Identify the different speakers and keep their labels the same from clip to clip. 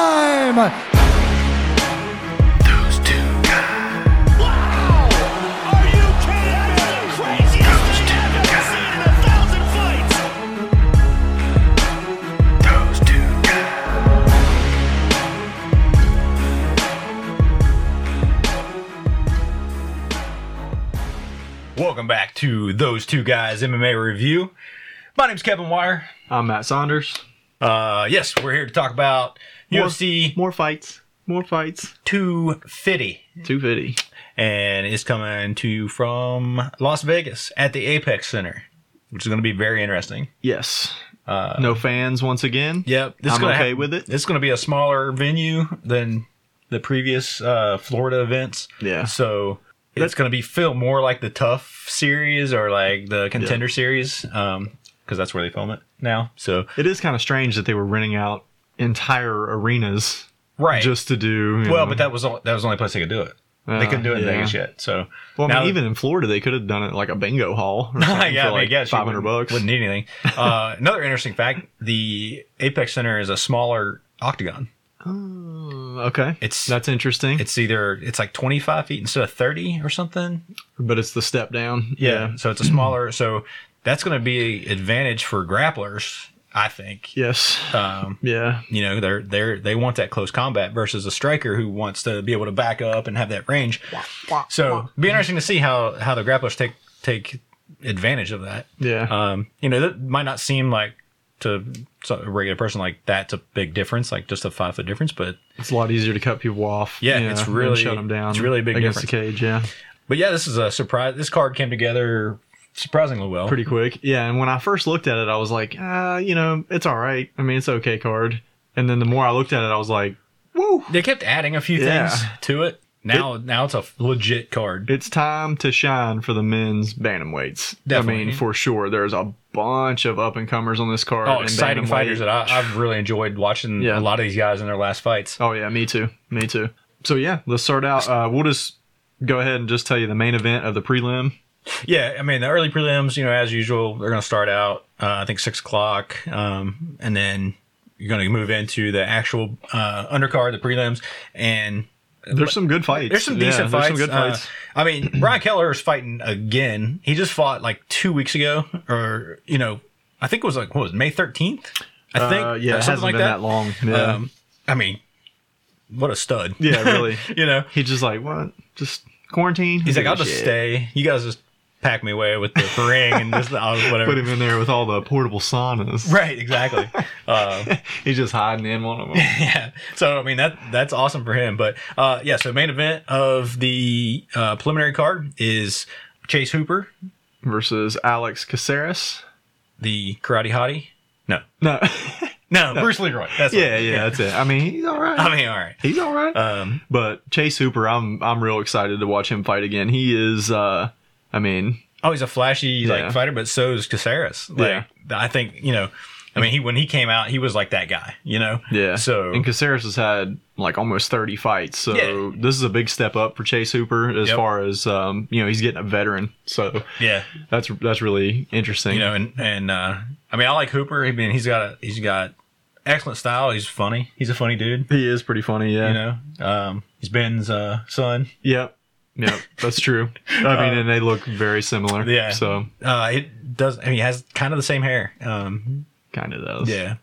Speaker 1: Alabama.
Speaker 2: Those two guys.
Speaker 3: Wow! Are you kidding me? The craziest thing I've ever seen in a thousand fights.
Speaker 2: Those two guys. Welcome back to Those Two Guys MMA Review. My name's Kevin Wire.
Speaker 4: I'm Matt Saunders.
Speaker 2: Uh, yes, we're here to talk about UFC
Speaker 4: More fights. More fights.
Speaker 2: 250,
Speaker 4: 250.
Speaker 2: and it's coming to you from Las Vegas at the Apex Center, which is going to be very interesting.
Speaker 4: Yes. no fans once again.
Speaker 2: Yep, this is
Speaker 4: I'm
Speaker 2: gonna
Speaker 4: okay
Speaker 2: hap-
Speaker 4: with it.
Speaker 2: It's going to be a smaller venue than the previous uh, Florida events.
Speaker 4: Yeah.
Speaker 2: So it's going to be filmed more like the Tough series or like the Contender series, um, because that's where they film it now. So
Speaker 4: It is kind of strange that they were renting out entire arenas
Speaker 2: right.
Speaker 4: just to do. you know,
Speaker 2: well, but Ah, that was all, that was the only place they could do it.
Speaker 4: uh,
Speaker 2: they couldn't do it in
Speaker 4: yeah.
Speaker 2: Vegas yet. So
Speaker 4: Well, I
Speaker 2: now-
Speaker 4: mean, even in Florida, they could have done it like a bingo hall. Or
Speaker 2: yeah,
Speaker 4: something
Speaker 2: yeah,
Speaker 4: for like
Speaker 2: yeah, she
Speaker 4: five hundred
Speaker 2: wouldn't-
Speaker 4: bucks.
Speaker 2: Wouldn't need anything. Uh, another interesting fact: the Apex Center is a smaller octagon.
Speaker 4: Uh, okay,
Speaker 2: It's-
Speaker 4: that's interesting.
Speaker 2: It's either it's like twenty five feet instead of thirty or something.
Speaker 4: but it's the step down.
Speaker 2: Yeah. So it's a smaller. So that's going to be an advantage for grapplers, I think.
Speaker 4: Yes.
Speaker 2: Um,
Speaker 4: Yeah.
Speaker 2: you know, they're they're they want that close combat versus a striker who wants to be able to back up and have that range. So be interesting to see how how the grapplers take take advantage of that.
Speaker 4: Yeah.
Speaker 2: Um, you know, that might not seem like to so- a regular person like that's a big difference, like just a five foot difference, but
Speaker 4: it's a lot easier to cut people off.
Speaker 2: Yeah,
Speaker 4: you
Speaker 2: it's
Speaker 4: and
Speaker 2: really-
Speaker 4: shut them down.
Speaker 2: it's really a big
Speaker 4: against the cage. Yeah.
Speaker 2: but yeah, this is a surprise. This card came together surprisingly well.
Speaker 4: pretty quick. Yeah, and when I first looked at it, I was like, uh, you know, it's all right. I mean, it's okay card. And then the more I looked at it, I was like, woo,
Speaker 2: They kept adding a few
Speaker 4: Yeah.
Speaker 2: things to it. Now, now it's a legit card.
Speaker 4: it's time to shine for the men's bantamweights. I
Speaker 2: Definitely.
Speaker 4: mean, for sure, there's a bunch of up and comers on this card.
Speaker 2: oh,
Speaker 4: in
Speaker 2: exciting
Speaker 4: bantamweight.
Speaker 2: fighters that I, I've really enjoyed watching
Speaker 4: Yeah.
Speaker 2: a lot of these guys in their last fights.
Speaker 4: Oh yeah, me too, me too. So yeah, let's start out. Uh, we'll just go ahead and just tell you the main event of the prelim.
Speaker 2: Yeah, I mean the early prelims, you know, as usual, they're going to start out uh, I think six o'clock, um, and then you're going to move into the actual uh, undercard, the prelims, and
Speaker 4: There's some good fights.
Speaker 2: There's some
Speaker 4: Yeah,
Speaker 2: decent
Speaker 4: there's
Speaker 2: fights.
Speaker 4: some good
Speaker 2: Uh,
Speaker 4: fights.
Speaker 2: I mean, Brian Keller is fighting again. He just fought like two weeks ago, or you know, I think it was like what was it, May 13th. I think
Speaker 4: Uh, yeah, it
Speaker 2: or something
Speaker 4: hasn't
Speaker 2: like
Speaker 4: been that long. Yeah.
Speaker 2: Um, I mean, what a stud.
Speaker 4: yeah, really.
Speaker 2: you know,
Speaker 4: He's just like, what? Just quarantine?
Speaker 2: he's like,
Speaker 4: Who
Speaker 2: I'll
Speaker 4: gives
Speaker 2: just
Speaker 4: a shit?"
Speaker 2: stay. You guys just pack me away with the ring and this, I'll, whatever.
Speaker 4: Put him in there with all the portable saunas.
Speaker 2: Right, exactly. um,
Speaker 4: He's just hiding in one of them.
Speaker 2: yeah. So I mean that that's awesome for him. But uh, yeah, so main event of the uh, preliminary card is Chase Hooper,
Speaker 4: Versus Alex Caceres.
Speaker 2: the karate hottie. No,
Speaker 4: No.
Speaker 2: No, Bruce Leroy. That's what-
Speaker 4: yeah, yeah, that's it. I mean, he's all right.
Speaker 2: I mean, all right.
Speaker 4: he's all right.
Speaker 2: Um,
Speaker 4: but Chase Hooper, I'm I'm real excited to watch him fight again. He is, uh I mean,
Speaker 2: oh, he's a flashy
Speaker 4: Yeah.
Speaker 2: like fighter, but so is Caceres. Like, I think you know. I mean, he when he came out, he was like that guy. You know.
Speaker 4: yeah.
Speaker 2: So
Speaker 4: and Caceres has had like almost 30 fights, so
Speaker 2: Yeah.
Speaker 4: this is a big step up for Chase Hooper as
Speaker 2: Yep.
Speaker 4: far as um you know he's getting a veteran, so
Speaker 2: yeah,
Speaker 4: that's that's really interesting.
Speaker 2: you know, and and uh, I mean, I like Hooper. I mean, he's got a he's got excellent style. He's funny. He's a funny dude.
Speaker 4: he is pretty funny, yeah.
Speaker 2: You know. Um, he's Ben's uh, son.
Speaker 4: Yep. Yep. That's true. I mean, and they look very similar.
Speaker 2: Uh, yeah.
Speaker 4: So
Speaker 2: Uh, it does. I mean, he has kind of the same hair. Um,
Speaker 4: kind of does.
Speaker 2: yeah.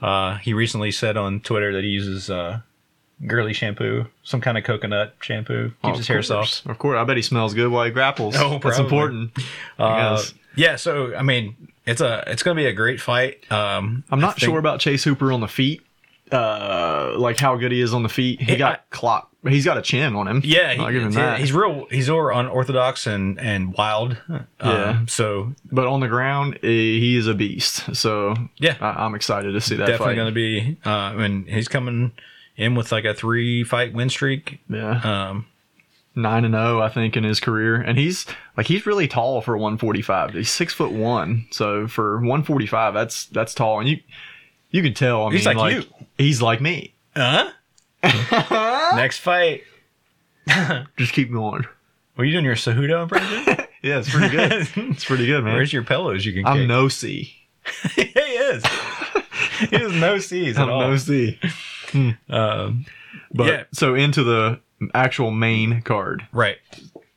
Speaker 2: Uh, he recently said on Twitter that he uses uh, girly shampoo, some kind of coconut shampoo, keeps
Speaker 4: Oh,
Speaker 2: his
Speaker 4: of
Speaker 2: hair
Speaker 4: course.
Speaker 2: soft.
Speaker 4: Of course. I bet he smells good while he grapples.
Speaker 2: Oh,
Speaker 4: That's
Speaker 2: probably.
Speaker 4: important.
Speaker 2: Uh,
Speaker 4: Yes.
Speaker 2: yeah, so I mean, it's a it's gonna be a great fight. Um,
Speaker 4: I'm
Speaker 2: I
Speaker 4: not
Speaker 2: think-
Speaker 4: sure about Chase Hooper on the feet. Uh, like how good he is on the feet. He
Speaker 2: Yeah,
Speaker 4: got clocked. He's got a chin on him.
Speaker 2: Yeah,
Speaker 4: I'll
Speaker 2: he,
Speaker 4: give him
Speaker 2: he's-
Speaker 4: that.
Speaker 2: he's real. He's real unorthodox and and wild.
Speaker 4: Yeah.
Speaker 2: Um, so
Speaker 4: but on the ground, eh, he is a beast. So
Speaker 2: Yeah.
Speaker 4: I, I'm excited to see that
Speaker 2: definitely
Speaker 4: fight.
Speaker 2: gonna be. Uh, I mean, he's coming in with like a three fight win streak.
Speaker 4: yeah,
Speaker 2: Um,
Speaker 4: nine and zero, I think, in his career, and he's like he's really tall for 145. He's six foot one, so for 145, that's that's tall, and you you could tell. I
Speaker 2: He's
Speaker 4: mean,
Speaker 2: like
Speaker 4: He's like me.
Speaker 2: huh? Next fight.
Speaker 4: Just keep going.
Speaker 2: Were you doing your Cejudo impression?
Speaker 4: Yeah, it's pretty good. it's pretty good, man.
Speaker 2: Where's your pillows? You can.
Speaker 4: I'm
Speaker 2: kick?
Speaker 4: no C.
Speaker 2: he is. he has no C's at
Speaker 4: I'm
Speaker 2: all.
Speaker 4: no C. Hmm.
Speaker 2: Um,
Speaker 4: But
Speaker 2: Yeah.
Speaker 4: so into the actual main card.
Speaker 2: right.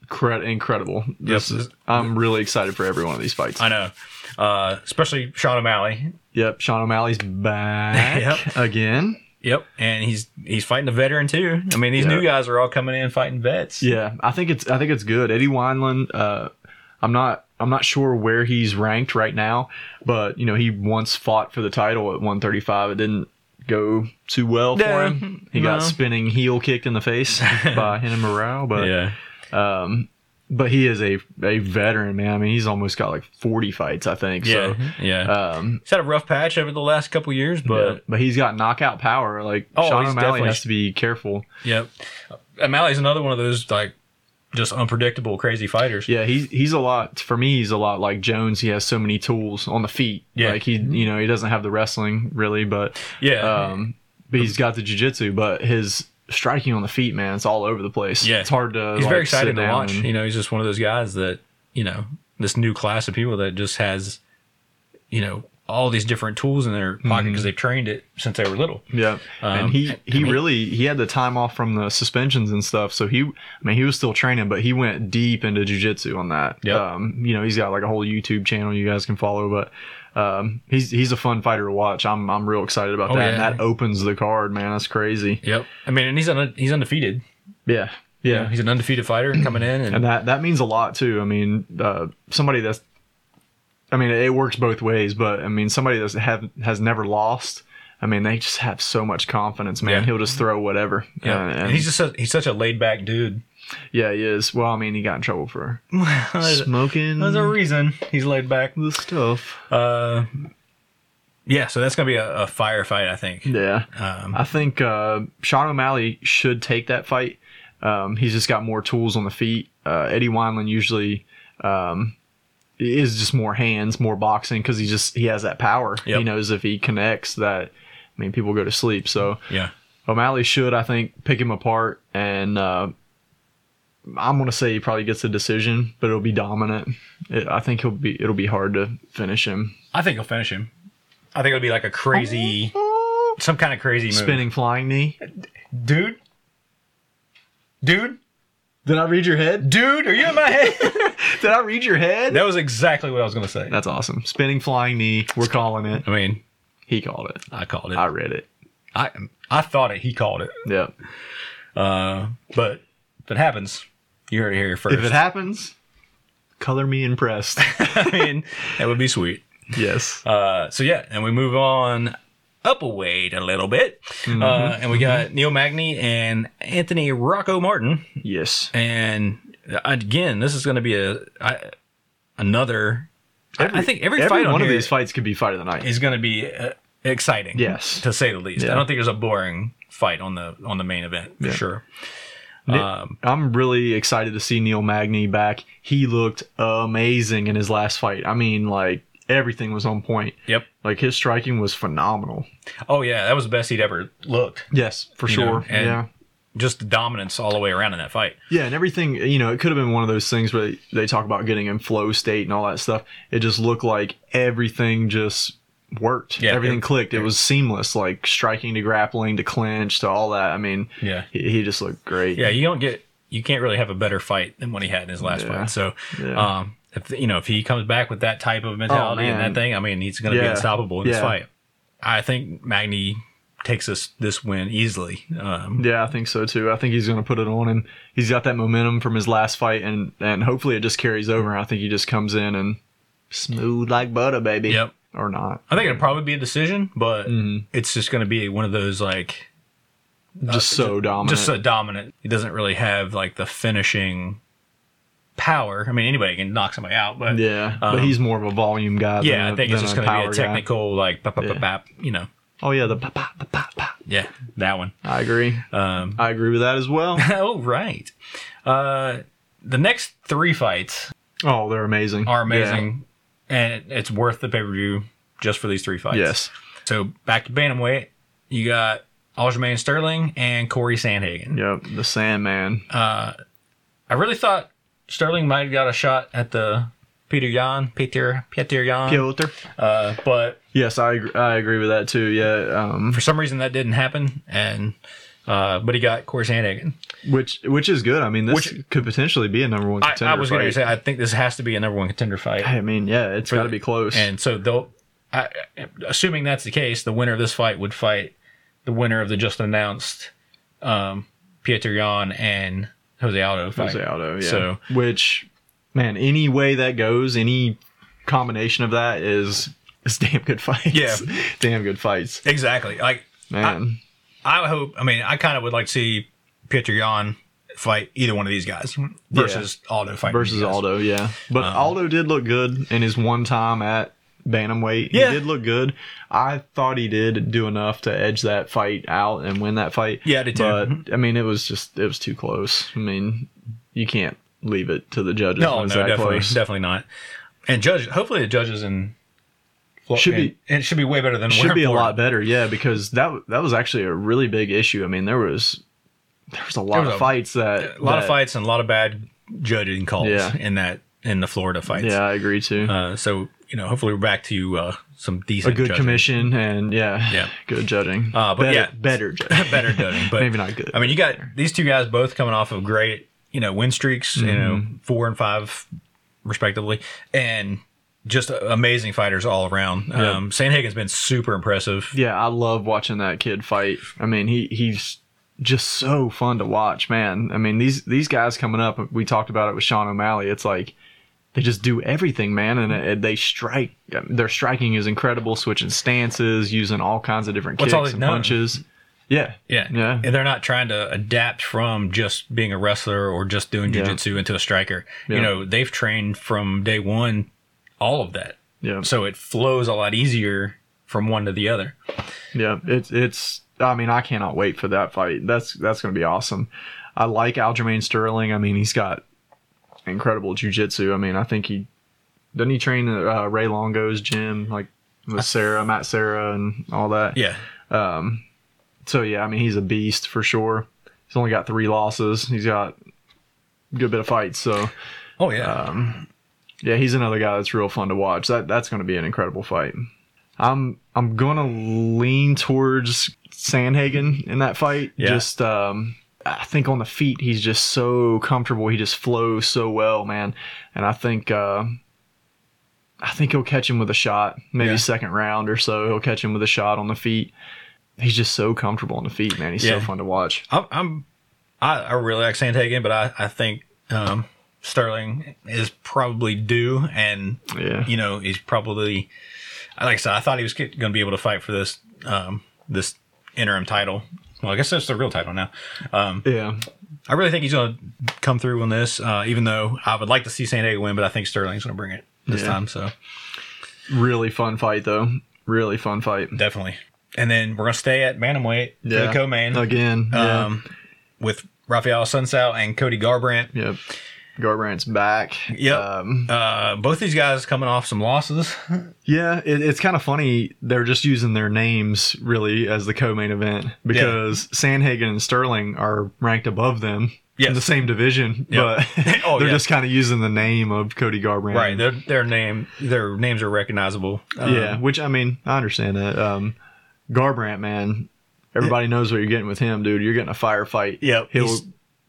Speaker 4: Cre- incredible. This
Speaker 2: Yep.
Speaker 4: is I'm really excited for every one of these fights.
Speaker 2: I know. Uh, especially Sean O'Malley.
Speaker 4: Yep, Sean O'Malley's back
Speaker 2: Yep.
Speaker 4: again.
Speaker 2: Yep. And he's he's fighting a veteran too. I mean, these
Speaker 4: Yeah.
Speaker 2: new guys are all coming in fighting vets.
Speaker 4: Yeah, I think it's I think it's good. Eddie Wineland. Uh, I'm not I'm not sure where he's ranked right now, but you know he once fought for the title at 135. It didn't go too well for
Speaker 2: No,
Speaker 4: him. He got
Speaker 2: no.
Speaker 4: spinning heel kicked in the face by Henry Morale, but
Speaker 2: Yeah.
Speaker 4: but he is a a veteran man. I mean, he's almost got like 40 fights, I think. So.
Speaker 2: Yeah. yeah.
Speaker 4: Um,
Speaker 2: he's had a rough patch over the last couple years,
Speaker 4: but
Speaker 2: but
Speaker 4: but he's got knockout power. Like
Speaker 2: Oh,
Speaker 4: Sean
Speaker 2: he's
Speaker 4: O'Malley
Speaker 2: definitely-
Speaker 4: has to be careful.
Speaker 2: yep. O'Malley's another one of those like just unpredictable, crazy fighters.
Speaker 4: Yeah, he's he's a lot for me. He's a lot like Jones. He has so many tools on the feet.
Speaker 2: Yeah.
Speaker 4: like he you know he doesn't have the wrestling really, but
Speaker 2: Yeah.
Speaker 4: um, but he's got the jujitsu. But his striking on the feet, man, it's all over the place.
Speaker 2: Yeah.
Speaker 4: it's hard to.
Speaker 2: he's
Speaker 4: like,
Speaker 2: very
Speaker 4: sit
Speaker 2: exciting to
Speaker 4: down
Speaker 2: watch.
Speaker 4: and-
Speaker 2: You know, he's just one of those guys that you know this new class of people that just has, you know, all these different tools in their pocket
Speaker 4: Mm-hmm.
Speaker 2: because they've trained it since they were little.
Speaker 4: Yeah,
Speaker 2: Um,
Speaker 4: and he
Speaker 2: I- I
Speaker 4: he
Speaker 2: mean-
Speaker 4: really he had the time off from the suspensions and stuff, so he I mean he was still training, but he went deep into jujitsu on that.
Speaker 2: Yep.
Speaker 4: Um, you know he's got like a whole YouTube channel you guys can follow, but um, he's he's a fun fighter to watch. I'm I'm real excited about
Speaker 2: Oh,
Speaker 4: that. And
Speaker 2: yeah.
Speaker 4: that opens the card, man. That's crazy.
Speaker 2: Yep. I mean, and he's un- he's undefeated.
Speaker 4: Yeah,
Speaker 2: You know,
Speaker 4: yeah,
Speaker 2: he's an undefeated fighter coming in, and,
Speaker 4: and that that means a lot too. I mean, uh, somebody that's I mean it works both ways, but I mean somebody that's have has never lost. I mean, they just have so much confidence, man.
Speaker 2: Yeah.
Speaker 4: He'll just throw whatever.
Speaker 2: yeah.
Speaker 4: Uh,
Speaker 2: and
Speaker 4: and-
Speaker 2: he's just a, he's such a laid back dude.
Speaker 4: Yeah, he is. Well, I mean, he got in trouble for
Speaker 2: There's
Speaker 4: smoking
Speaker 2: there's a
Speaker 4: the
Speaker 2: reason he's laid back.
Speaker 4: stuff.
Speaker 2: Uh, yeah, so that's gonna be a, a firefight, I think.
Speaker 4: Yeah,
Speaker 2: Um,
Speaker 4: I think uh, Sean O'Malley should take that fight. Um, he's just got more tools on the feet. Uh, Eddie Wineland usually um, is just more hands, more boxing because he just he has that power.
Speaker 2: Yep.
Speaker 4: He knows if he connects that. I mean, people go to sleep. So
Speaker 2: yeah,
Speaker 4: O'Malley should, I think, pick him apart, and uh, I'm gonna say he probably gets a decision, but it'll be dominant. It, I think he'll be. It'll be hard to finish him.
Speaker 2: I think he'll finish him. I think it'll be like a crazy, some kind of crazy move.
Speaker 4: Spinning flying knee.
Speaker 2: dude. Dude,
Speaker 4: Did I read your head?
Speaker 2: dude, are you in my head?
Speaker 4: Did I read your head?
Speaker 2: that was exactly what I was gonna say.
Speaker 4: That's awesome. Spinning flying knee. We're calling it.
Speaker 2: I mean,
Speaker 4: He called it.
Speaker 2: I called it.
Speaker 4: I
Speaker 2: I
Speaker 4: read it.
Speaker 2: I, I thought it. He called it.
Speaker 4: Yep.
Speaker 2: Uh, but if it happens, you heard it here first.
Speaker 4: If it happens, color me impressed.
Speaker 2: I mean, that would be sweet.
Speaker 4: yes.
Speaker 2: Uh, so yeah, and we move on up a weight a little bit,
Speaker 4: Mm-hmm.
Speaker 2: uh, and we got Neil Magny and Anthony Rocco Martin,
Speaker 4: yes.
Speaker 2: and uh, again, this is going to be a I, another. I- I think every,
Speaker 4: Every
Speaker 2: fight
Speaker 4: one
Speaker 2: on
Speaker 4: of
Speaker 2: here
Speaker 4: these fights could be fight of the night.
Speaker 2: is going to be uh, exciting,
Speaker 4: Yes.
Speaker 2: to say the least.
Speaker 4: Yeah.
Speaker 2: I don't think there's a boring fight on the on the main event for
Speaker 4: Yeah.
Speaker 2: sure.
Speaker 4: Ni-
Speaker 2: Um,
Speaker 4: I'm really excited to see Neil Magny back. He looked amazing in his last fight. I mean, like everything was on point.
Speaker 2: yep.
Speaker 4: Like his striking was phenomenal.
Speaker 2: Oh yeah, that was the best he'd ever looked.
Speaker 4: Yes, for
Speaker 2: You
Speaker 4: sure.
Speaker 2: know, and-
Speaker 4: yeah.
Speaker 2: Just the dominance all the way around in that fight.
Speaker 4: Yeah, and everything, you know, it could have been one of those things where they, they talk about getting in flow state and all that stuff. It just looked like everything just worked.
Speaker 2: Yeah,
Speaker 4: everything
Speaker 2: it-
Speaker 4: clicked. It was seamless, like striking to grappling to clinch to all that. I mean,
Speaker 2: Yeah.
Speaker 4: he, he just looked great.
Speaker 2: Yeah, you don't get you can't really have a better fight than what he had in his last
Speaker 4: Yeah.
Speaker 2: fight. So,
Speaker 4: Yeah. Oh,
Speaker 2: um, if you know if he comes back with that type of mentality and
Speaker 4: man.
Speaker 2: that thing, I mean, he's going to be
Speaker 4: Yeah.
Speaker 2: unstoppable in this
Speaker 4: Yeah.
Speaker 2: fight. I think Magny takes us this win easily. Um,
Speaker 4: Yeah, I think so too. I think he's going to put it on him. He's got that momentum from his last fight, and and hopefully it just carries over. And I think he just comes in and smooth like butter, baby.
Speaker 2: Yep.
Speaker 4: Or not.
Speaker 2: I think it'll probably be a decision, but
Speaker 4: Mm-hmm.
Speaker 2: it's just going to be one of those like uh,
Speaker 4: Just so dominant.
Speaker 2: just so dominant. He doesn't really have like the finishing power. I mean, anybody can knock somebody out, but
Speaker 4: yeah, but
Speaker 2: um,
Speaker 4: he's more of a volume guy.
Speaker 2: yeah.
Speaker 4: than
Speaker 2: I think it's
Speaker 4: than
Speaker 2: just going to be
Speaker 4: power
Speaker 2: a
Speaker 4: guy.
Speaker 2: technical like bap, bap, bap,
Speaker 4: Yeah.
Speaker 2: bap, you know,
Speaker 4: Oh yeah, the pa pa pa pa pa.
Speaker 2: yeah, that one.
Speaker 4: I agree.
Speaker 2: Um,
Speaker 4: I agree with that as well.
Speaker 2: oh right. Uh, the next three fights
Speaker 4: oh, they're amazing.
Speaker 2: are amazing, and it's worth the pay per view just for these three
Speaker 4: Yeah.
Speaker 2: fights.
Speaker 4: Yes.
Speaker 2: So back to bantamweight, you got Aljamain Sterling and Corey Sandhagen.
Speaker 4: Yep. The Sandman.
Speaker 2: Uh-huh. I really thought Sterling might have got a shot at the Peter Yan, Peter Peter Yan.
Speaker 4: Piotr.
Speaker 2: Uh, but
Speaker 4: Yes, I agree, I agree with that too. Yeah, um,
Speaker 2: for some reason that didn't happen, and uh, but he got Korsanic.
Speaker 4: which which is good. I mean, this
Speaker 2: Which-
Speaker 4: could potentially be a number one
Speaker 2: I,
Speaker 4: contender.
Speaker 2: I was going to
Speaker 4: fight.
Speaker 2: say I think this has to be a number one contender fight.
Speaker 4: I mean, yeah, it's got to be close.
Speaker 2: And so they'll, I, assuming that's the case, the winner of this fight would fight the winner of the just announced um, Pieter Jan and Jose Aldo fight.
Speaker 4: Jose Aldo, yeah.
Speaker 2: So-
Speaker 4: which, man, any way that goes, any combination of that is is damn good fights.
Speaker 2: Yeah.
Speaker 4: damn good fights,
Speaker 2: Exactly. Like
Speaker 4: man.
Speaker 2: I hope. I mean, I kind of would like to see Pieter Jan fight either one of these guys versus Aldo fighting
Speaker 4: Mm-hmm. versus
Speaker 2: these guys.
Speaker 4: Aldo, yeah. But
Speaker 2: Um,
Speaker 4: Aldo did look good in his one time at bantamweight.
Speaker 2: Yeah.
Speaker 4: He did look good. I thought he did do enough to edge that fight out and win that fight.
Speaker 2: Yeah, I did too. Mm-hmm.
Speaker 4: But I mean, it was just it was too close. I mean, you can't leave it to the judges.
Speaker 2: No,
Speaker 4: when it's
Speaker 2: no,
Speaker 4: that
Speaker 2: definitely,
Speaker 4: close.
Speaker 2: definitely not. And judge, hopefully the judges in Flo-
Speaker 4: Should be-
Speaker 2: and it should be way better than
Speaker 4: should be a
Speaker 2: Warren Ford.
Speaker 4: lot better, yeah, because that that was actually a really big issue. I mean, there was there was a lot
Speaker 2: was
Speaker 4: of
Speaker 2: a-
Speaker 4: fights that
Speaker 2: A lot of
Speaker 4: that-
Speaker 2: fights and a lot of bad judging calls
Speaker 4: Yeah.
Speaker 2: in that in the Florida fights.
Speaker 4: Yeah, I agree too.
Speaker 2: Uh, so you know, hopefully we're back to uh, some decent,
Speaker 4: a good
Speaker 2: judging.
Speaker 4: commission and yeah,
Speaker 2: Yeah.
Speaker 4: good judging.
Speaker 2: Uh, but
Speaker 4: better,
Speaker 2: yeah.
Speaker 4: better judging.
Speaker 2: better judging, but
Speaker 4: Maybe not good.
Speaker 2: I mean, you got these two guys both coming off of great, you know, win streaks, you know,
Speaker 4: Mm-hmm.
Speaker 2: four and five respectively, and just amazing fighters all around. Um, Sandhagen's been super impressive.
Speaker 4: Yeah, I love watching that kid fight. I mean, he he's just so fun to watch, man. I mean, these these guys coming up, we talked about it with Sean O'Malley. It's like they just do everything, man, and it, they strike. Their striking is incredible, switching stances, using all kinds of different
Speaker 2: What's all
Speaker 4: kicks
Speaker 2: they
Speaker 4: and
Speaker 2: know?
Speaker 4: punches. Yeah,
Speaker 2: Yeah.
Speaker 4: Yeah.
Speaker 2: And they're not trying to adapt from just being a wrestler or just doing jujitsu into a striker. You
Speaker 4: Yeah.
Speaker 2: know, they've trained from day one all of that.
Speaker 4: yeah.
Speaker 2: So it flows a lot easier from one to the other.
Speaker 4: Yeah, it's it's. I mean, I cannot wait for that fight. That's that's going to be awesome. I like Aljamain Sterling. I mean, he's got incredible jujitsu. I mean, I think he doesn't he train at uh, Ray Longo's gym, like with Sarah, Matt Sarah, and all that.
Speaker 2: Yeah.
Speaker 4: So yeah, I mean, he's a beast for sure. He's only got three losses. He's got a good bit of fights. So
Speaker 2: Oh yeah.
Speaker 4: Uh, yeah, he's another guy that's real fun to watch. That that's going to be an incredible fight. I'm I'm going to lean towards Sandhagen in that fight.
Speaker 2: Yeah.
Speaker 4: Just um, I think on the feet he's just so comfortable. He just flows so well, man. And I think uh, I think he'll catch him with a shot, maybe
Speaker 2: Yeah.
Speaker 4: second round or so. He'll catch him with a shot on the feet. He's just so comfortable on the feet, man. He's
Speaker 2: Yeah.
Speaker 4: so fun to watch.
Speaker 2: I'm, I'm I, I really like Sandhagen, but I I think um, Sterling is probably due, and
Speaker 4: Yeah.
Speaker 2: you know he's probably like I said, I thought he was going to be able to fight for this um, this interim title. Well, I guess that's the real title now. Um,
Speaker 4: Yeah.
Speaker 2: I really think he's going to come through on this, uh, even though I would like to see Sandhagen win, but I think Sterling's going to bring it this
Speaker 4: Yeah.
Speaker 2: time. So
Speaker 4: Really fun fight though. Really fun fight.
Speaker 2: definitely. And then we're going to stay at bantamweight yeah. the co-main
Speaker 4: again. yeah.
Speaker 2: um, with Rafael Sunsao and Cody Garbrandt.
Speaker 4: Yep. Garbrandt's back.
Speaker 2: Yep.
Speaker 4: Um,
Speaker 2: Uh, both these guys coming off some losses.
Speaker 4: yeah, it, it's kind of funny. They're just using their names really as the co-main event because Sandhagen and Sterling are ranked above them
Speaker 2: Yes.
Speaker 4: in the same division,
Speaker 2: Yep.
Speaker 4: but
Speaker 2: Oh,
Speaker 4: they're
Speaker 2: yeah.
Speaker 4: just kind of using the name of Cody Garbrandt.
Speaker 2: Right. Their their name their names are recognizable. Um,
Speaker 4: yeah, which I mean, I understand that. Um, Garbrandt, man, everybody knows what you're getting with him, dude. You're getting a firefight.
Speaker 2: Yep,
Speaker 4: He'll
Speaker 2: he's-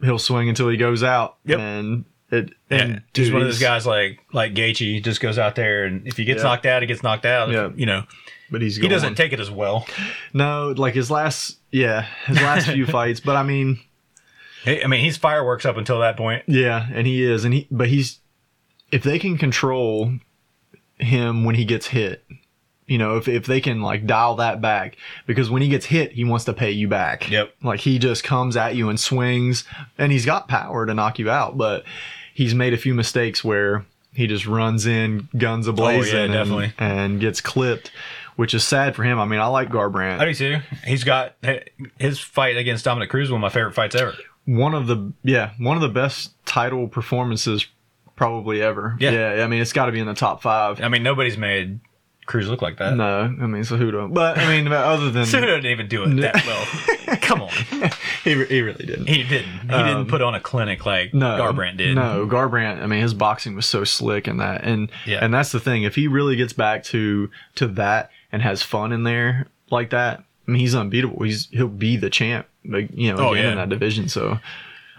Speaker 4: he'll swing until he goes out.
Speaker 2: Yep.
Speaker 4: And it
Speaker 2: Yeah.
Speaker 4: and
Speaker 2: he's
Speaker 4: dude,
Speaker 2: one of those guys like like Gaethje just goes out there and if he gets
Speaker 4: Yeah.
Speaker 2: knocked out, he gets knocked out.
Speaker 4: Yeah.
Speaker 2: You know
Speaker 4: but he's
Speaker 2: he
Speaker 4: going.
Speaker 2: doesn't take it as well.
Speaker 4: No, like his last, yeah, his last few fights. But I mean,
Speaker 2: He- I mean he's fireworks up until that point.
Speaker 4: yeah, and he is, and he, but he's, if they can control him when he gets hit, you know, if if they can like dial that back, because when he gets hit, he wants to pay you back.
Speaker 2: Yep.
Speaker 4: Like he just comes at you and swings, and he's got power to knock you out, but he's made a few mistakes where he just runs in guns ablazing and-
Speaker 2: Oh, definitely.
Speaker 4: and, gets clipped, which is sad for him. I mean, I like Garbrandt.
Speaker 2: I do too. He's got his fight against Dominic Cruz one of my favorite fights ever.
Speaker 4: one of the yeah one of the best title performances probably ever
Speaker 2: Yeah.
Speaker 4: i mean it's got to be in the top five
Speaker 2: I mean nobody's made Cruz look like that.
Speaker 4: No, I mean Cejudo. But I mean, but other than
Speaker 2: Cejudo didn't even do it that well. Come on,
Speaker 4: he, re- he really didn't.
Speaker 2: he didn't. He didn't put on a clinic like
Speaker 4: Um, No,
Speaker 2: Garbrandt did.
Speaker 4: No, Garbrandt. I mean, his boxing was so slick and that, and
Speaker 2: Yeah.
Speaker 4: and that's the thing. If he really gets back to to that and has fun in there like that, I mean, he's unbeatable. He's he'll be the champ. Like you know,
Speaker 2: Oh,
Speaker 4: again
Speaker 2: yeah.
Speaker 4: in that division. So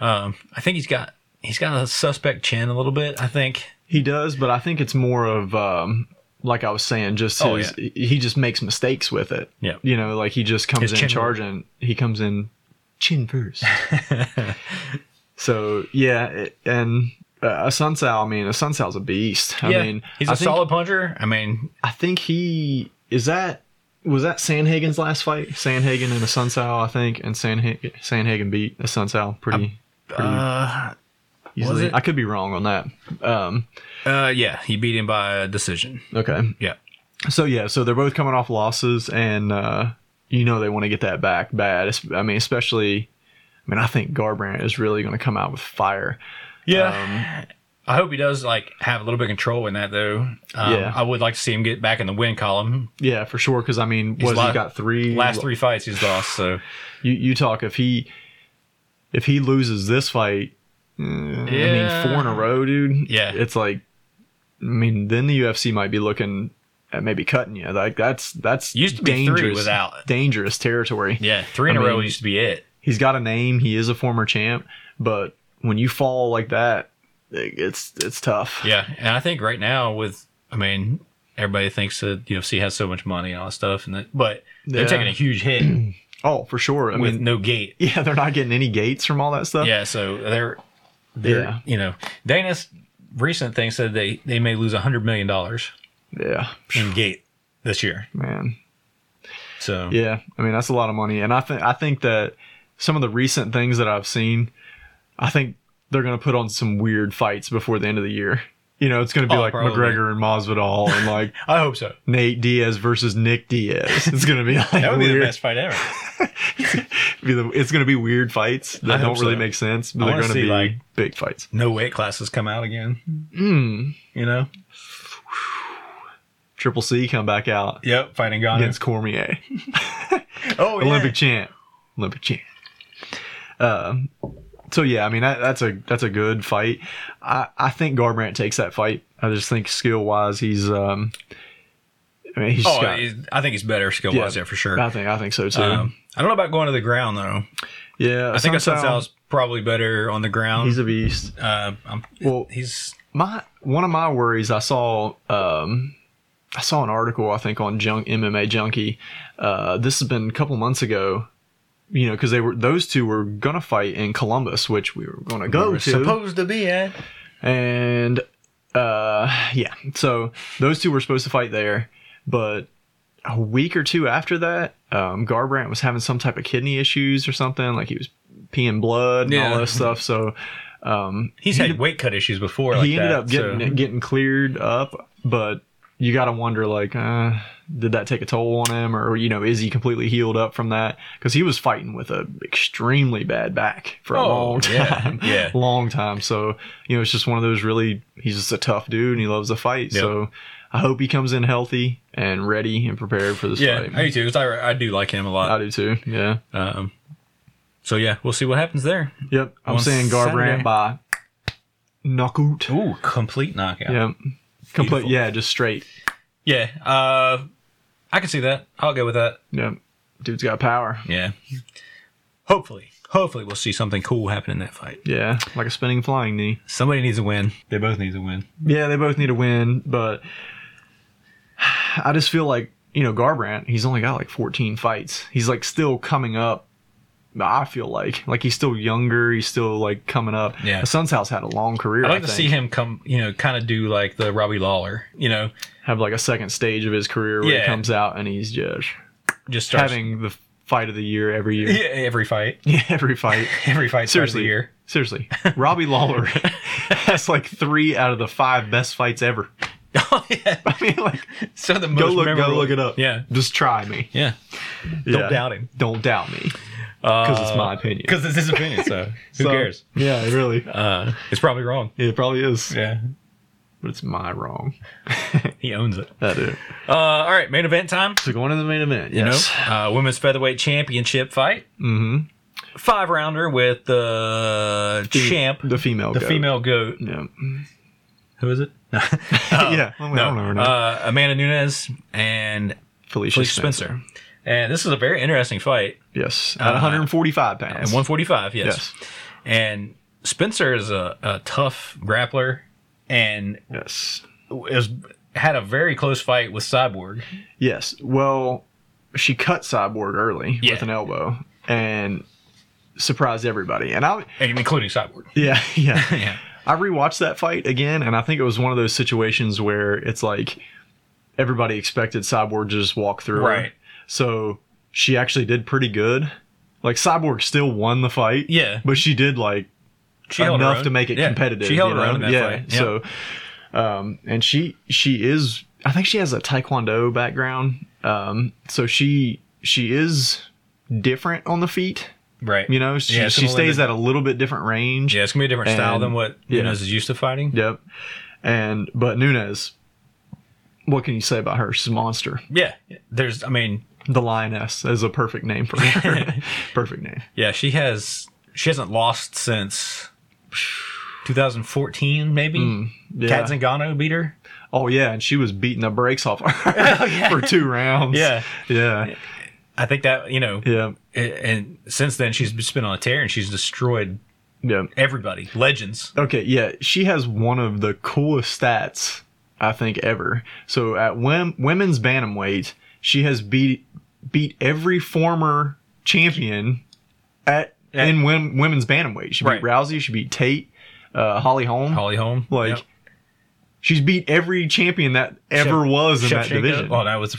Speaker 2: Um, I think he's got he's got a suspect chin a little bit. I think.
Speaker 4: he does, but I think it's more of um, like I was saying, just
Speaker 2: Oh,
Speaker 4: his, he just makes mistakes with it.
Speaker 2: Yeah.
Speaker 4: you know, like he just comes
Speaker 2: His
Speaker 4: in
Speaker 2: chin-
Speaker 4: charging. He comes in chin first. so yeah, it, and. Uh, a Sun Sal, I mean, a Sun Sal's a beast. I
Speaker 2: yeah,
Speaker 4: mean,
Speaker 2: he's
Speaker 4: a
Speaker 2: a solid puncher. I mean,
Speaker 4: I think he is that was that Sandhagen's last fight? Sandhagen and a Sunsal, I think, and Sandhagen, Sandhagen beat a Sunsal pretty pretty
Speaker 2: uh,
Speaker 4: easily.
Speaker 2: it?
Speaker 4: I could be wrong on that. Um,
Speaker 2: uh, yeah, he beat him by a decision.
Speaker 4: okay,
Speaker 2: Yeah,
Speaker 4: so yeah, so they're both coming off losses, and uh, you know they want to get that back bad. Es- I mean, especially. I mean, I think Garbrandt is really going to come out with fire. Um,
Speaker 2: yeah. Um, I hope he does like have a little bit of control in that though. Um,
Speaker 4: Yeah.
Speaker 2: I would like to see him get back in the win column.
Speaker 4: Yeah, for sure. Because I mean, was
Speaker 2: la-
Speaker 4: he got three
Speaker 2: Last three fights he's lost, so
Speaker 4: You you talk if he if he loses this fight, mm, I
Speaker 2: Yeah.
Speaker 4: mean four in a row, dude.
Speaker 2: Yeah.
Speaker 4: it's like, I mean, then the UFC might be looking at maybe cutting you. Like that's that's
Speaker 2: Used to be three
Speaker 4: dangerous,
Speaker 2: was out.
Speaker 4: dangerous territory.
Speaker 2: yeah, three in
Speaker 4: I
Speaker 2: a row
Speaker 4: mean-
Speaker 2: used to be it.
Speaker 4: he's got a name. He is a former champ, but when you fall like that, it- it's it's tough.
Speaker 2: Yeah, and I think right now with, I mean, everybody thinks that UFC has so much money and all that stuff, and that, but they're
Speaker 4: Yeah.
Speaker 2: taking a huge hit
Speaker 4: Oh, for sure. I
Speaker 2: with
Speaker 4: mean,
Speaker 2: no gate.
Speaker 4: yeah, they're not getting any gates from all that stuff.
Speaker 2: Yeah, so they're, they're,
Speaker 4: Yeah.
Speaker 2: you know, Dana's recent thing said they they may lose a hundred million dollars
Speaker 4: yeah,
Speaker 2: in gate this year.
Speaker 4: man.
Speaker 2: So
Speaker 4: Yeah, I mean that's a lot of money, and I think I think that some of the recent things that I've seen, I think they're going to put on some weird fights before the end of the year. You know, it's going to be
Speaker 2: Oh,
Speaker 4: like
Speaker 2: probably.
Speaker 4: McGregor and Masvidal, and like
Speaker 2: I hope so.
Speaker 4: Nate Diaz versus Nick Diaz. It's going to be like
Speaker 2: That would be the
Speaker 4: weird-
Speaker 2: best fight ever.
Speaker 4: be the- It's going to be weird fights
Speaker 2: I
Speaker 4: that
Speaker 2: hope
Speaker 4: don't really
Speaker 2: so.
Speaker 4: make sense,
Speaker 2: I
Speaker 4: but they're
Speaker 2: wanna
Speaker 4: going to
Speaker 2: see,
Speaker 4: be
Speaker 2: like-
Speaker 4: big fights.
Speaker 2: No weight classes come out again.
Speaker 4: Mm.
Speaker 2: You know.
Speaker 4: Triple C come back out
Speaker 2: Yep, fighting Ghana.
Speaker 4: against Cormier,
Speaker 2: Oh, yeah.
Speaker 4: Olympic champ, Olympic champ. Um, so yeah, I mean that, that's a that's a good fight. I, I think Garbrandt takes that fight. I just think skill wise, he's um, I mean he's
Speaker 2: Oh,
Speaker 4: got,
Speaker 2: he's- I think he's better skill wise
Speaker 4: Yeah.
Speaker 2: there for sure.
Speaker 4: I think I think so too.
Speaker 2: Um, I don't know about going to the ground though.
Speaker 4: yeah,
Speaker 2: I think
Speaker 4: Sun Tzu,
Speaker 2: Asuncel's probably better on the ground.
Speaker 4: He's a beast.
Speaker 2: uh, I'm,
Speaker 4: Well,
Speaker 2: he's
Speaker 4: my one of my worries. I saw um, I saw an article I think on Junk MMA Junkie. Uh, this has been a couple months ago. You know, because they were those two were gonna fight in Columbus, which we were gonna go to.
Speaker 2: supposed to be eh? at.
Speaker 4: and uh yeah so those two were supposed to fight there but a week or two after that um garbrandt was having some type of kidney issues or something like he was peeing blood and all
Speaker 2: Yeah.
Speaker 4: that stuff so um
Speaker 2: He's had weight cut issues before. Like
Speaker 4: he ended
Speaker 2: that,
Speaker 4: up getting
Speaker 2: so-
Speaker 4: getting cleared up but you gotta wonder like uh did that take a toll on him or you know is he completely healed up from that because he was fighting with a extremely bad back for a
Speaker 2: Oh,
Speaker 4: long
Speaker 2: yeah,
Speaker 4: time
Speaker 2: yeah.
Speaker 4: long time so you know it's just one of those really he's just a tough dude and he loves to fight
Speaker 2: Yep.
Speaker 4: so i hope he comes in healthy and ready and prepared for this
Speaker 2: Yeah, uh,
Speaker 4: fight
Speaker 2: I do too. 'cause I, I do like him a
Speaker 4: i
Speaker 2: lot.
Speaker 4: do too yeah
Speaker 2: Um, so yeah, we'll see what happens there.
Speaker 4: yep i'm
Speaker 2: On
Speaker 4: saying
Speaker 2: Saturday.
Speaker 4: garbrandt by knockout
Speaker 2: Ooh, complete knockout.
Speaker 4: yeah complete
Speaker 2: Beautiful.
Speaker 4: yeah just straight
Speaker 2: Yeah, uh, I can see that. I'll go with that.
Speaker 4: yep dude's got power
Speaker 2: Yeah. Hopefully, hopefully we'll see something cool happen in that fight.
Speaker 4: Yeah, like a spinning flying knee.
Speaker 2: Somebody needs a win. They both need a win.
Speaker 4: Yeah, they both need to win, but I just feel like, you know, Garbrandt, he's only got like 14 fights. He's like still coming up. I feel like like he's still younger, he's still like coming up.
Speaker 2: Yeah.
Speaker 4: Sun's House had a long career.
Speaker 2: I'd like
Speaker 4: I
Speaker 2: to
Speaker 4: think.
Speaker 2: see him come, you know, kind of do like the Robbie Lawler, you know,
Speaker 4: have like a second stage of his career where
Speaker 2: Yeah.
Speaker 4: he comes out and he's just
Speaker 2: just starts
Speaker 4: having the fight of the year every year.
Speaker 2: yeah, every fight,
Speaker 4: Yeah, every fight.
Speaker 2: every fight
Speaker 4: Seriously,
Speaker 2: seriously the year.
Speaker 4: seriously, Robbie Lawler has like three out of the five best fights ever.
Speaker 2: oh yeah.
Speaker 4: I mean, like,
Speaker 2: So the most
Speaker 4: go look, go
Speaker 2: memorable-
Speaker 4: look it up.
Speaker 2: Yeah,
Speaker 4: just try me.
Speaker 2: yeah.
Speaker 4: Yeah.
Speaker 2: doubt him.
Speaker 4: Don't doubt me. Because it's my opinion.
Speaker 2: Because it's his opinion, so who
Speaker 4: So,
Speaker 2: cares?
Speaker 4: Yeah, really.
Speaker 2: Uh, it's probably wrong.
Speaker 4: It probably is.
Speaker 2: Yeah.
Speaker 4: but it's my wrong.
Speaker 2: He owns it.
Speaker 4: That is.
Speaker 2: Uh, all right, main event time.
Speaker 4: So going to the main event.
Speaker 2: You
Speaker 4: Yes.
Speaker 2: know, uh, women's featherweight championship fight. Mm-hmm. Five rounder with the champ,
Speaker 4: The female.
Speaker 2: the
Speaker 4: goat.
Speaker 2: female goat.
Speaker 4: Yeah.
Speaker 2: Who is it?
Speaker 4: yeah. I don't know her name.
Speaker 2: Uh, Amanda Nunes and
Speaker 4: Felicia,
Speaker 2: Felicia Spencer. And this is a very interesting fight.
Speaker 4: Yes. At 145 pounds.
Speaker 2: And 145, yes.
Speaker 4: Yes.
Speaker 2: And Spencer is a, a tough grappler and
Speaker 4: Yes.
Speaker 2: is, had a very close fight with Cyborg.
Speaker 4: Yes. Well, she cut Cyborg early
Speaker 2: Yeah.
Speaker 4: with an elbow and surprised everybody. And I,
Speaker 2: including Cyborg.
Speaker 4: yeah, yeah.
Speaker 2: Yeah.
Speaker 4: I rewatched that fight again, and I think it was one of those situations where it's like everybody expected Cyborg to just walk through. her.
Speaker 2: Right.
Speaker 4: So she actually did pretty good. Like Cyborg still won the fight.
Speaker 2: Yeah.
Speaker 4: But she did like
Speaker 2: She held her
Speaker 4: enough
Speaker 2: own.
Speaker 4: to make it
Speaker 2: Yeah.
Speaker 4: competitive.
Speaker 2: She held
Speaker 4: you
Speaker 2: her
Speaker 4: know?
Speaker 2: own in that
Speaker 4: yeah.
Speaker 2: fight. Yeah.
Speaker 4: So, um, and she she is I think she has a taekwondo background. Um, so she she is different on the feet.
Speaker 2: Right.
Speaker 4: You know, she,
Speaker 2: Yeah, it's
Speaker 4: she
Speaker 2: gonna
Speaker 4: stays
Speaker 2: limit-
Speaker 4: at a little bit different range.
Speaker 2: Yeah, it's gonna be a different style
Speaker 4: And-
Speaker 2: than what
Speaker 4: yeah.
Speaker 2: Nunes is used to fighting.
Speaker 4: Yep. And but Nunez, what can you say about her? She's a monster.
Speaker 2: Yeah, there's. I mean,
Speaker 4: The lioness is a perfect name for her. perfect name.
Speaker 2: yeah, she has. She hasn't lost since 2014, maybe.
Speaker 4: Mm, Yeah.
Speaker 2: Kat Zingano beat her.
Speaker 4: oh yeah, and she was beating the brakes off her for two rounds.
Speaker 2: Yeah.
Speaker 4: Yeah.
Speaker 2: I think that you know.
Speaker 4: Yeah.
Speaker 2: a- And since then, she's just been on a tear, and she's destroyed
Speaker 4: Yeah.
Speaker 2: everybody, legends.
Speaker 4: Okay, yeah, she has one of the coolest stats I think ever. So at wom- women's bantamweight, she has beat beat every former champion at
Speaker 2: Yeah.
Speaker 4: in wom- women's bantamweight. She beat
Speaker 2: Right.
Speaker 4: Rousey, she beat Tate, uh, Holly Holm.
Speaker 2: Holly Holm,
Speaker 4: like
Speaker 2: yeah.
Speaker 4: she's beat every champion that ever was in that
Speaker 2: Shevchenko.
Speaker 4: division.
Speaker 2: Oh, that was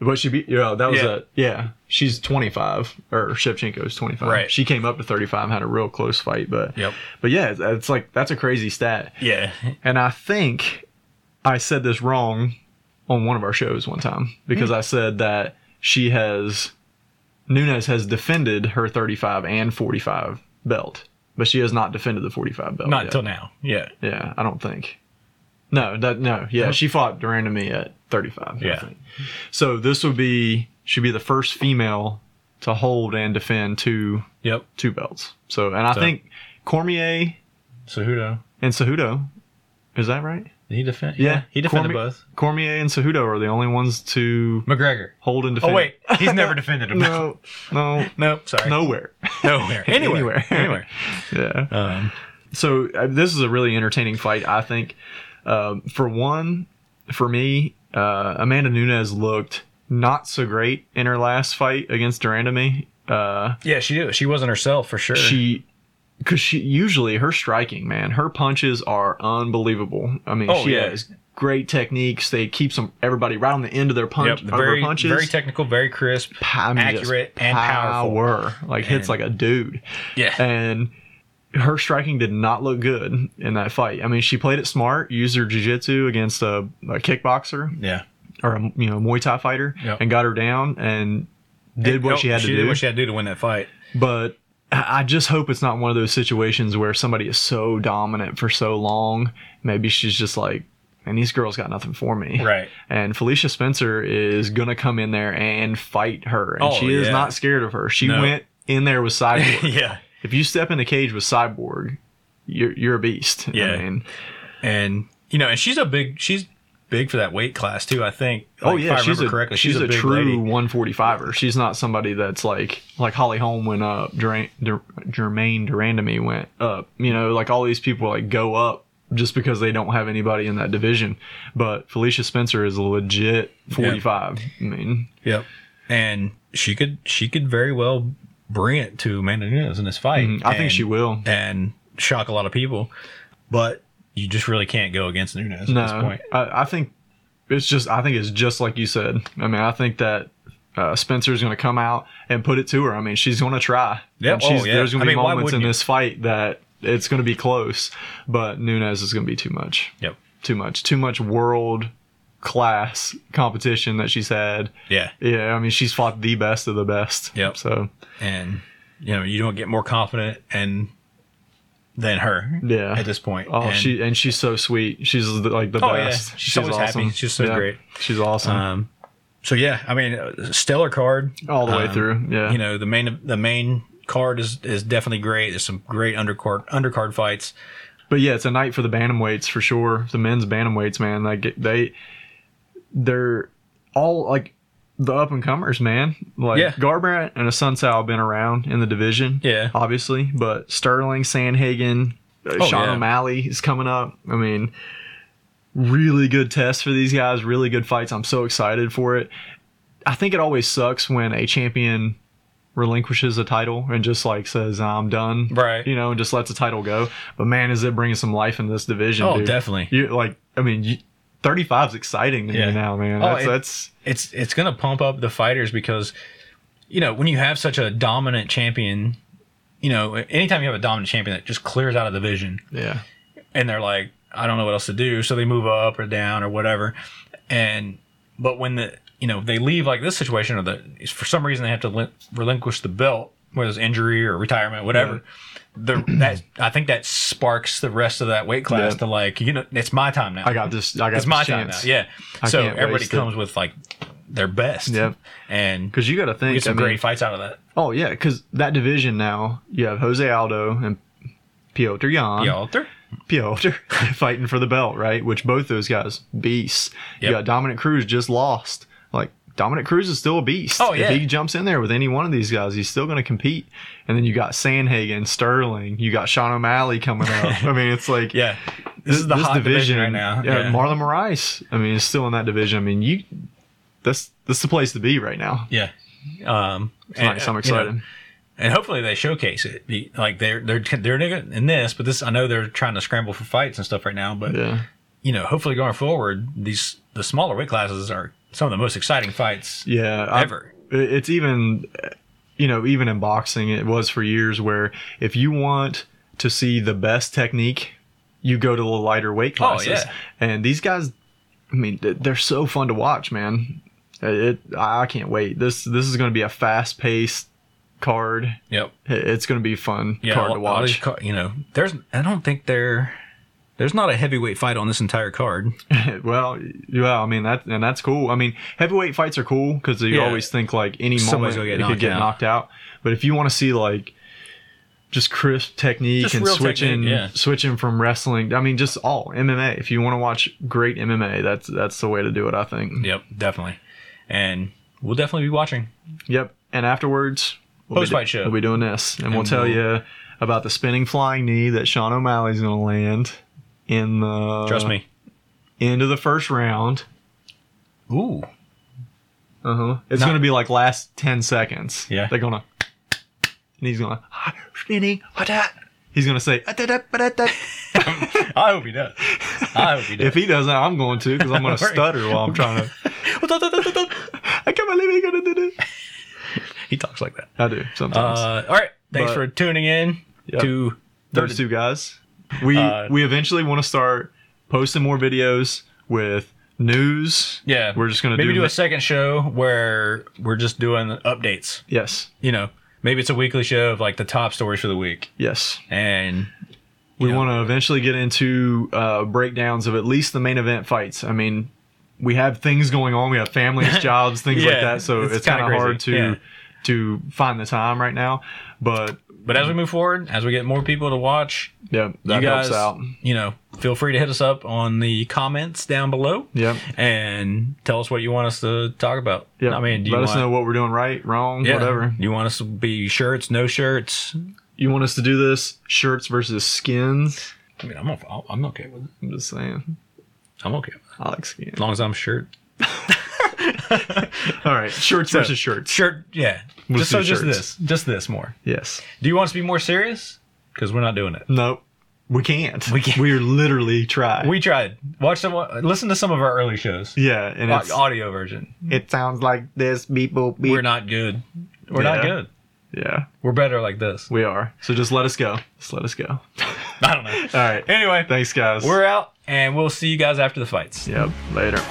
Speaker 4: But she beat yeah, that was
Speaker 2: Yeah.
Speaker 4: a yeah. She's twenty five or Shevchenko's twenty five.
Speaker 2: Right.
Speaker 4: She came up to thirty five, had a real close fight, but
Speaker 2: Yep.
Speaker 4: But yeah, it's, it's like that's a crazy stat.
Speaker 2: yeah,
Speaker 4: And I think I said this wrong on one of our shows one time because
Speaker 2: Hmm.
Speaker 4: I said that she has Nunes has defended her 35 and 45 belt, but she has not defended the 45 belt.
Speaker 2: not
Speaker 4: yet.
Speaker 2: until now. Yeah,
Speaker 4: Yeah, I don't think. No, that no. Yeah, she fought Durand and me at 35. I
Speaker 2: Yeah.
Speaker 4: think. So this would be should be the first female to hold and defend two
Speaker 2: yep.
Speaker 4: two belts. So and I
Speaker 2: So-
Speaker 4: think Cormier
Speaker 2: Cejudo,
Speaker 4: and Cejudo, is that right?
Speaker 2: did he defend? Yeah, he defended
Speaker 4: Cormier,
Speaker 2: both.
Speaker 4: Cormier and Cejudo are the only ones to
Speaker 2: McGregor.
Speaker 4: hold and defend.
Speaker 2: Oh wait, he's never defended him.
Speaker 4: no, no,
Speaker 2: no, sorry,
Speaker 4: nowhere.
Speaker 2: nowhere, anywhere, anywhere.
Speaker 4: Anywhere. yeah.
Speaker 2: Um,
Speaker 4: So uh, this is a really entertaining fight, I think. Um, for one, for me, uh, Amanda Nunes looked not so great in her last fight against Durandamy. Uh,
Speaker 2: Yeah, she did. She wasn't herself for sure.
Speaker 4: she because she usually her striking man her punches are unbelievable i mean
Speaker 2: Oh,
Speaker 4: she
Speaker 2: yeah.
Speaker 4: has great techniques they keep some everybody right on the end of their punch
Speaker 2: yep,
Speaker 4: of her
Speaker 2: very
Speaker 4: punches
Speaker 2: very technical, very crisp.
Speaker 4: I mean, just
Speaker 2: accurate and powerful.
Speaker 4: power, like hits
Speaker 2: And-
Speaker 4: like a dude
Speaker 2: Yeah.
Speaker 4: and her striking did not look good in that fight i mean she played it smart used her jiu-jitsu against a, a kickboxer
Speaker 2: yeah.
Speaker 4: or a you know muay thai fighter
Speaker 2: Yep.
Speaker 4: and got her down and did what
Speaker 2: Nope,
Speaker 4: she had to
Speaker 2: did
Speaker 4: do
Speaker 2: what she had to do to win that fight.
Speaker 4: but I I just hope it's not one of those situations where somebody is so dominant for so long. Maybe she's just like, and these girls got nothing for me.
Speaker 2: Right.
Speaker 4: And Felicia Spencer is going to come in there and fight her. And
Speaker 2: Oh,
Speaker 4: she is
Speaker 2: yeah.
Speaker 4: not scared of her. She
Speaker 2: No.
Speaker 4: went in there with Cyborg.
Speaker 2: yeah.
Speaker 4: If you step in the cage with Cyborg, you're, you're a beast.
Speaker 2: Yeah.
Speaker 4: I mean,
Speaker 2: And you know, and she's a big she's big for that weight class too, I think.
Speaker 4: oh,
Speaker 2: Like,
Speaker 4: yeah.
Speaker 2: if I
Speaker 4: she's
Speaker 2: remember
Speaker 4: a,
Speaker 2: correctly.
Speaker 4: she's, a,
Speaker 2: big
Speaker 4: true
Speaker 2: lady.
Speaker 4: 145er. She's not somebody that's like, like Holly Holm went up, Duran, Dur, Jermaine Durandamy went up. You know, like all these people like go up just because they don't have anybody in that division. But Felicia Spencer is a legit 45. I mean,
Speaker 2: Yep. And she could she could very well bring it to Amanda Nunes in this fight.
Speaker 4: Mm-hmm. I think
Speaker 2: and-
Speaker 4: she will.
Speaker 2: And shock a lot of people. But you just really can't go against Nunes at this
Speaker 4: No,
Speaker 2: point.
Speaker 4: I, I think it's just, I think it's just like you said. I mean, I think that. Uh, Spencer's going to come out and put it to her. I mean, she's going to try.
Speaker 2: Yep.
Speaker 4: And she's,
Speaker 2: Oh, yeah.
Speaker 4: There's going
Speaker 2: I
Speaker 4: to be
Speaker 2: mean, why
Speaker 4: moments in
Speaker 2: wouldn't you?
Speaker 4: this fight that it's going to be close, but Nunez is going to be too much.
Speaker 2: Yep.
Speaker 4: Too much. Too much world class competition that she's had.
Speaker 2: Yeah.
Speaker 4: Yeah, I mean, she's fought the best of the best.
Speaker 2: Yep.
Speaker 4: So,
Speaker 2: And you know, you don't get more confident and than her.
Speaker 4: Yeah.
Speaker 2: At this point.
Speaker 4: Oh,
Speaker 2: And,
Speaker 4: she and she's so sweet. She's the- like the
Speaker 2: Oh, yeah.
Speaker 4: best.
Speaker 2: She's always happy. She's so great.
Speaker 4: She's awesome
Speaker 2: Um, so yeah, I mean, uh, stellar card
Speaker 4: all the way
Speaker 2: um,
Speaker 4: through. Yeah,
Speaker 2: You know, the main the main card is is definitely great. There's some great undercard undercard fights.
Speaker 4: but yeah, it's a night for the bantamweights for sure. The men's bantamweights, man, like they, they're all like the up and comers, man. Like
Speaker 2: Yeah.
Speaker 4: Garbrandt and Sun Sal have been around in the division,
Speaker 2: Yeah.
Speaker 4: obviously. But Sterling, Sandhagen, uh,
Speaker 2: Oh,
Speaker 4: Sean
Speaker 2: yeah.
Speaker 4: O'Malley is coming up. I mean, really good test for these guys. Really good fights. I'm so excited for it. I think it always sucks when a champion relinquishes a title and just like says I'm done,
Speaker 2: Right.
Speaker 4: You know, and just lets the title go. But man, is it bringing some life in this division?
Speaker 2: Oh,
Speaker 4: dude.
Speaker 2: definitely.
Speaker 4: You like, I mean, 35 is exciting to
Speaker 2: Yeah.
Speaker 4: me now, man.
Speaker 2: Oh,
Speaker 4: That's
Speaker 2: it-
Speaker 4: that's
Speaker 2: It's it's gonna pump up the fighters because, you know, when you have such a dominant champion, you know, anytime you have a dominant champion that just clears out a division,
Speaker 4: yeah,
Speaker 2: and they're like, I don't know what else to do, so they move up or down or whatever. And but when the you know they leave like this situation or the for some reason they have to lin- relinquish the belt, whether it's injury or retirement, whatever. The that I think that sparks the rest of that weight class
Speaker 4: Yeah.
Speaker 2: to like you know it's my time now.
Speaker 4: I got this. I got this
Speaker 2: it's my
Speaker 4: chance.
Speaker 2: time now. Yeah,
Speaker 4: I
Speaker 2: so
Speaker 4: can't
Speaker 2: everybody
Speaker 4: waste it.
Speaker 2: comes with like their best.
Speaker 4: Yep.
Speaker 2: and
Speaker 4: because you got to
Speaker 2: we
Speaker 4: think.
Speaker 2: get some
Speaker 4: I mean,
Speaker 2: great fights out of that.
Speaker 4: oh yeah, because that division now you have Jose Aldo and Piotr Jan.
Speaker 2: Y'all, they're-
Speaker 4: Piotr fighting for the belt, right? Which both those guys beasts.
Speaker 2: Yep.
Speaker 4: You got Dominic Cruz just lost. Like Dominic Cruz is still a beast.
Speaker 2: Oh, yeah.
Speaker 4: If he jumps in there with any one of these guys, he's still going to compete. And then you got Sandhagen, Sterling. You got Sean O'Malley coming up. I mean, it's like
Speaker 2: yeah. This is the hot division, right now.
Speaker 4: Yeah, Marlon Moraes. I mean, is still in that division. I mean, you. That's that's the place to be right now.
Speaker 2: yeah. Um,
Speaker 4: It's nice. I'm excited.
Speaker 2: and hopefully they showcase it. Be- Like they're they're they're nigga- in this, but this I know they're trying to scramble for fights and stuff right now. But
Speaker 4: yeah.
Speaker 2: you know, hopefully going forward, these the smaller weight classes are some of the most exciting fights
Speaker 4: Yeah. I-
Speaker 2: ever.
Speaker 4: it- it's even you know even in boxing it was for years where if you want to see the best technique you go to the lighter weight
Speaker 2: Oh,
Speaker 4: classes
Speaker 2: yeah.
Speaker 4: and these guys i mean th- they're so fun to watch man Uh, it i I can't wait this this is going to be a fast paced card
Speaker 2: Yep.
Speaker 4: It- it's going to be a fun
Speaker 2: Yeah.
Speaker 4: card
Speaker 2: all-
Speaker 4: to
Speaker 2: all these
Speaker 4: watch
Speaker 2: ca- you know, there's I don't think there there's not a heavyweight fight on this entire card.
Speaker 4: well yeah i mean that and that's cool i mean heavyweight fights are cool because you
Speaker 2: Yeah.
Speaker 4: always think like any
Speaker 2: Somebody's
Speaker 4: moment
Speaker 2: gonna get
Speaker 4: you
Speaker 2: knocked
Speaker 4: could get
Speaker 2: out.
Speaker 4: knocked out but if you want to see like just crisp technique
Speaker 2: Just
Speaker 4: and
Speaker 2: real
Speaker 4: switching
Speaker 2: technique, yeah.
Speaker 4: switching from wrestling i mean just all mma if you want to watch great mma that's that's the way to do it i think
Speaker 2: Yep, definitely. And we'll definitely be watching.
Speaker 4: yep and afterwards we'll be
Speaker 2: Post-fight
Speaker 4: do-
Speaker 2: show.
Speaker 4: we'll be doing this and, we'll
Speaker 2: And
Speaker 4: tell
Speaker 2: we'll-
Speaker 4: you about the spinning flying knee that sean o'malley's going to land in the
Speaker 2: Trust me.
Speaker 4: end of the first round
Speaker 2: Ooh.
Speaker 4: Uh-huh. It's
Speaker 2: Not-
Speaker 4: gonna be like last ten seconds.
Speaker 2: Yeah.
Speaker 4: They're gonna and he's gonna spinning what that He's gonna say "Ah, da, da, ba, da, da."
Speaker 2: I hope he does. I hope he does.
Speaker 4: if he doesn't, I'm going to because I'm gonna
Speaker 2: Right.
Speaker 4: stutter while I'm trying to I can't believe he gonna do this.
Speaker 2: he talks like that.
Speaker 4: I do sometimes.
Speaker 2: Uh, all right. Thanks
Speaker 4: But-
Speaker 2: for tuning in
Speaker 4: Yep.
Speaker 2: to
Speaker 4: Those two guys. We
Speaker 2: uh,
Speaker 4: we eventually wanna start posting more videos with news.
Speaker 2: Yeah,
Speaker 4: We're just gonna
Speaker 2: maybe do,
Speaker 4: do
Speaker 2: a second show where we're just doing updates.
Speaker 4: Yes.
Speaker 2: You know, maybe it's a weekly show of like the top stories for the week,
Speaker 4: Yes.
Speaker 2: and
Speaker 4: We
Speaker 2: Yeah.
Speaker 4: want to eventually get into uh, breakdowns of at least the main event fights. I mean, we have things going on. We have families, jobs, things like
Speaker 2: Yeah,
Speaker 4: that. So
Speaker 2: it's
Speaker 4: it's,
Speaker 2: kinda
Speaker 4: kind of hard to
Speaker 2: crazy. Yeah.
Speaker 4: to find the time right now. But
Speaker 2: but as we move forward, as we get more people to watch,
Speaker 4: yeah, that
Speaker 2: you guys,
Speaker 4: helps out.
Speaker 2: you know, feel free to hit us up on the comments down below.
Speaker 4: Yep.
Speaker 2: and tell us what you want us to talk about.
Speaker 4: Yeah,
Speaker 2: I mean, do you
Speaker 4: let us
Speaker 2: want,
Speaker 4: know what we're doing right, wrong,
Speaker 2: yeah,
Speaker 4: whatever.
Speaker 2: You want us to be shirts, no shirts?
Speaker 4: You want us to do this shirts versus skins?
Speaker 2: I mean, I'm o- I'm okay with it.
Speaker 4: I'm just saying,
Speaker 2: I'm okay with it.
Speaker 4: I like skins.
Speaker 2: as long as I'm shirt.
Speaker 4: All right, shirts versus shirts.
Speaker 2: Shirt, yeah.
Speaker 4: We'll
Speaker 2: just
Speaker 4: do
Speaker 2: so, just
Speaker 4: shirts.
Speaker 2: this, just this more.
Speaker 4: Yes.
Speaker 2: Do you want us to be more serious? Because we're not doing it.
Speaker 4: Nope. We can't.
Speaker 2: We can't.
Speaker 4: We're literally trying.
Speaker 2: We tried. Watch some. Listen to some of our early shows.
Speaker 4: yeah, and
Speaker 2: Au-
Speaker 4: it's,
Speaker 2: audio version.
Speaker 4: it sounds like this. Beep boop beep.
Speaker 2: We're not good. We're not
Speaker 4: Yeah.
Speaker 2: good.
Speaker 4: yeah.
Speaker 2: We're better like this.
Speaker 4: We are. So just let us go. Just let us go. All
Speaker 2: I don't know.
Speaker 4: right.
Speaker 2: Anyway,
Speaker 4: Thanks, guys.
Speaker 2: we're out, and we'll see you guys after the fights.
Speaker 4: Yep. Later.